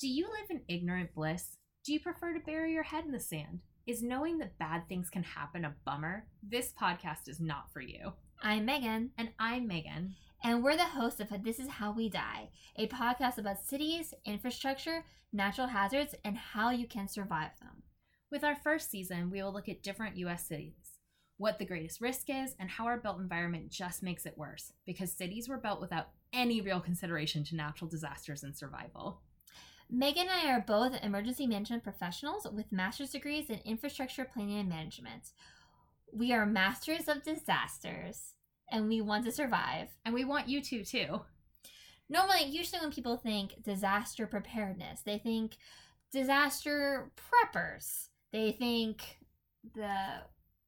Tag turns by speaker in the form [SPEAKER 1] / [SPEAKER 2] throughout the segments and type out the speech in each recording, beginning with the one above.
[SPEAKER 1] Do you live in ignorant bliss? Do you prefer to bury your head in the sand? Is knowing that bad things can happen a bummer? This podcast is not for you.
[SPEAKER 2] I'm Megan,
[SPEAKER 1] And I'm Megan.
[SPEAKER 2] and we're the host of This Is How We Die, a podcast about cities, infrastructure, natural hazards, and how you can survive them.
[SPEAKER 1] With our first season, we will look at different US cities, what the greatest risk is, and how our built environment just makes it worse because cities were built without any real consideration to natural disasters and survival.
[SPEAKER 2] Megan and I are both emergency management professionals with master's degrees in infrastructure planning and management. We are masters of disasters, and we want to survive.
[SPEAKER 1] And we want you to too.
[SPEAKER 2] Normally, usually when people think disaster preparedness, they think disaster preppers. They think the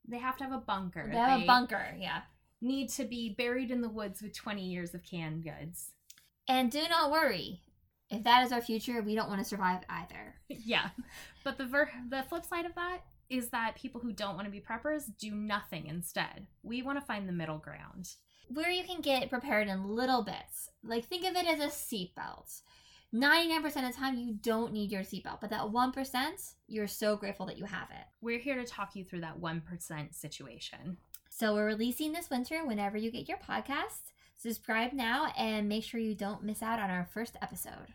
[SPEAKER 1] They have to have a bunker.
[SPEAKER 2] they have a bunker, yeah.
[SPEAKER 1] need to be buried in the woods with 20 years of canned goods.
[SPEAKER 2] And do not worry, if that is our future, we don't want to survive either.
[SPEAKER 1] yeah. But the ver- the flip side of that is that people who don't want to be preppers do nothing instead. We want to find the middle ground.
[SPEAKER 2] Where you can get prepared in little bits, like think of it as a seatbelt. 99% of the time, you don't need your seatbelt, but that 1%, you're so grateful that you have it.
[SPEAKER 1] We're here to talk you through that 1% situation.
[SPEAKER 2] So we're releasing this winter whenever you get your podcast. Subscribe now and make sure you don't miss out on our first episode.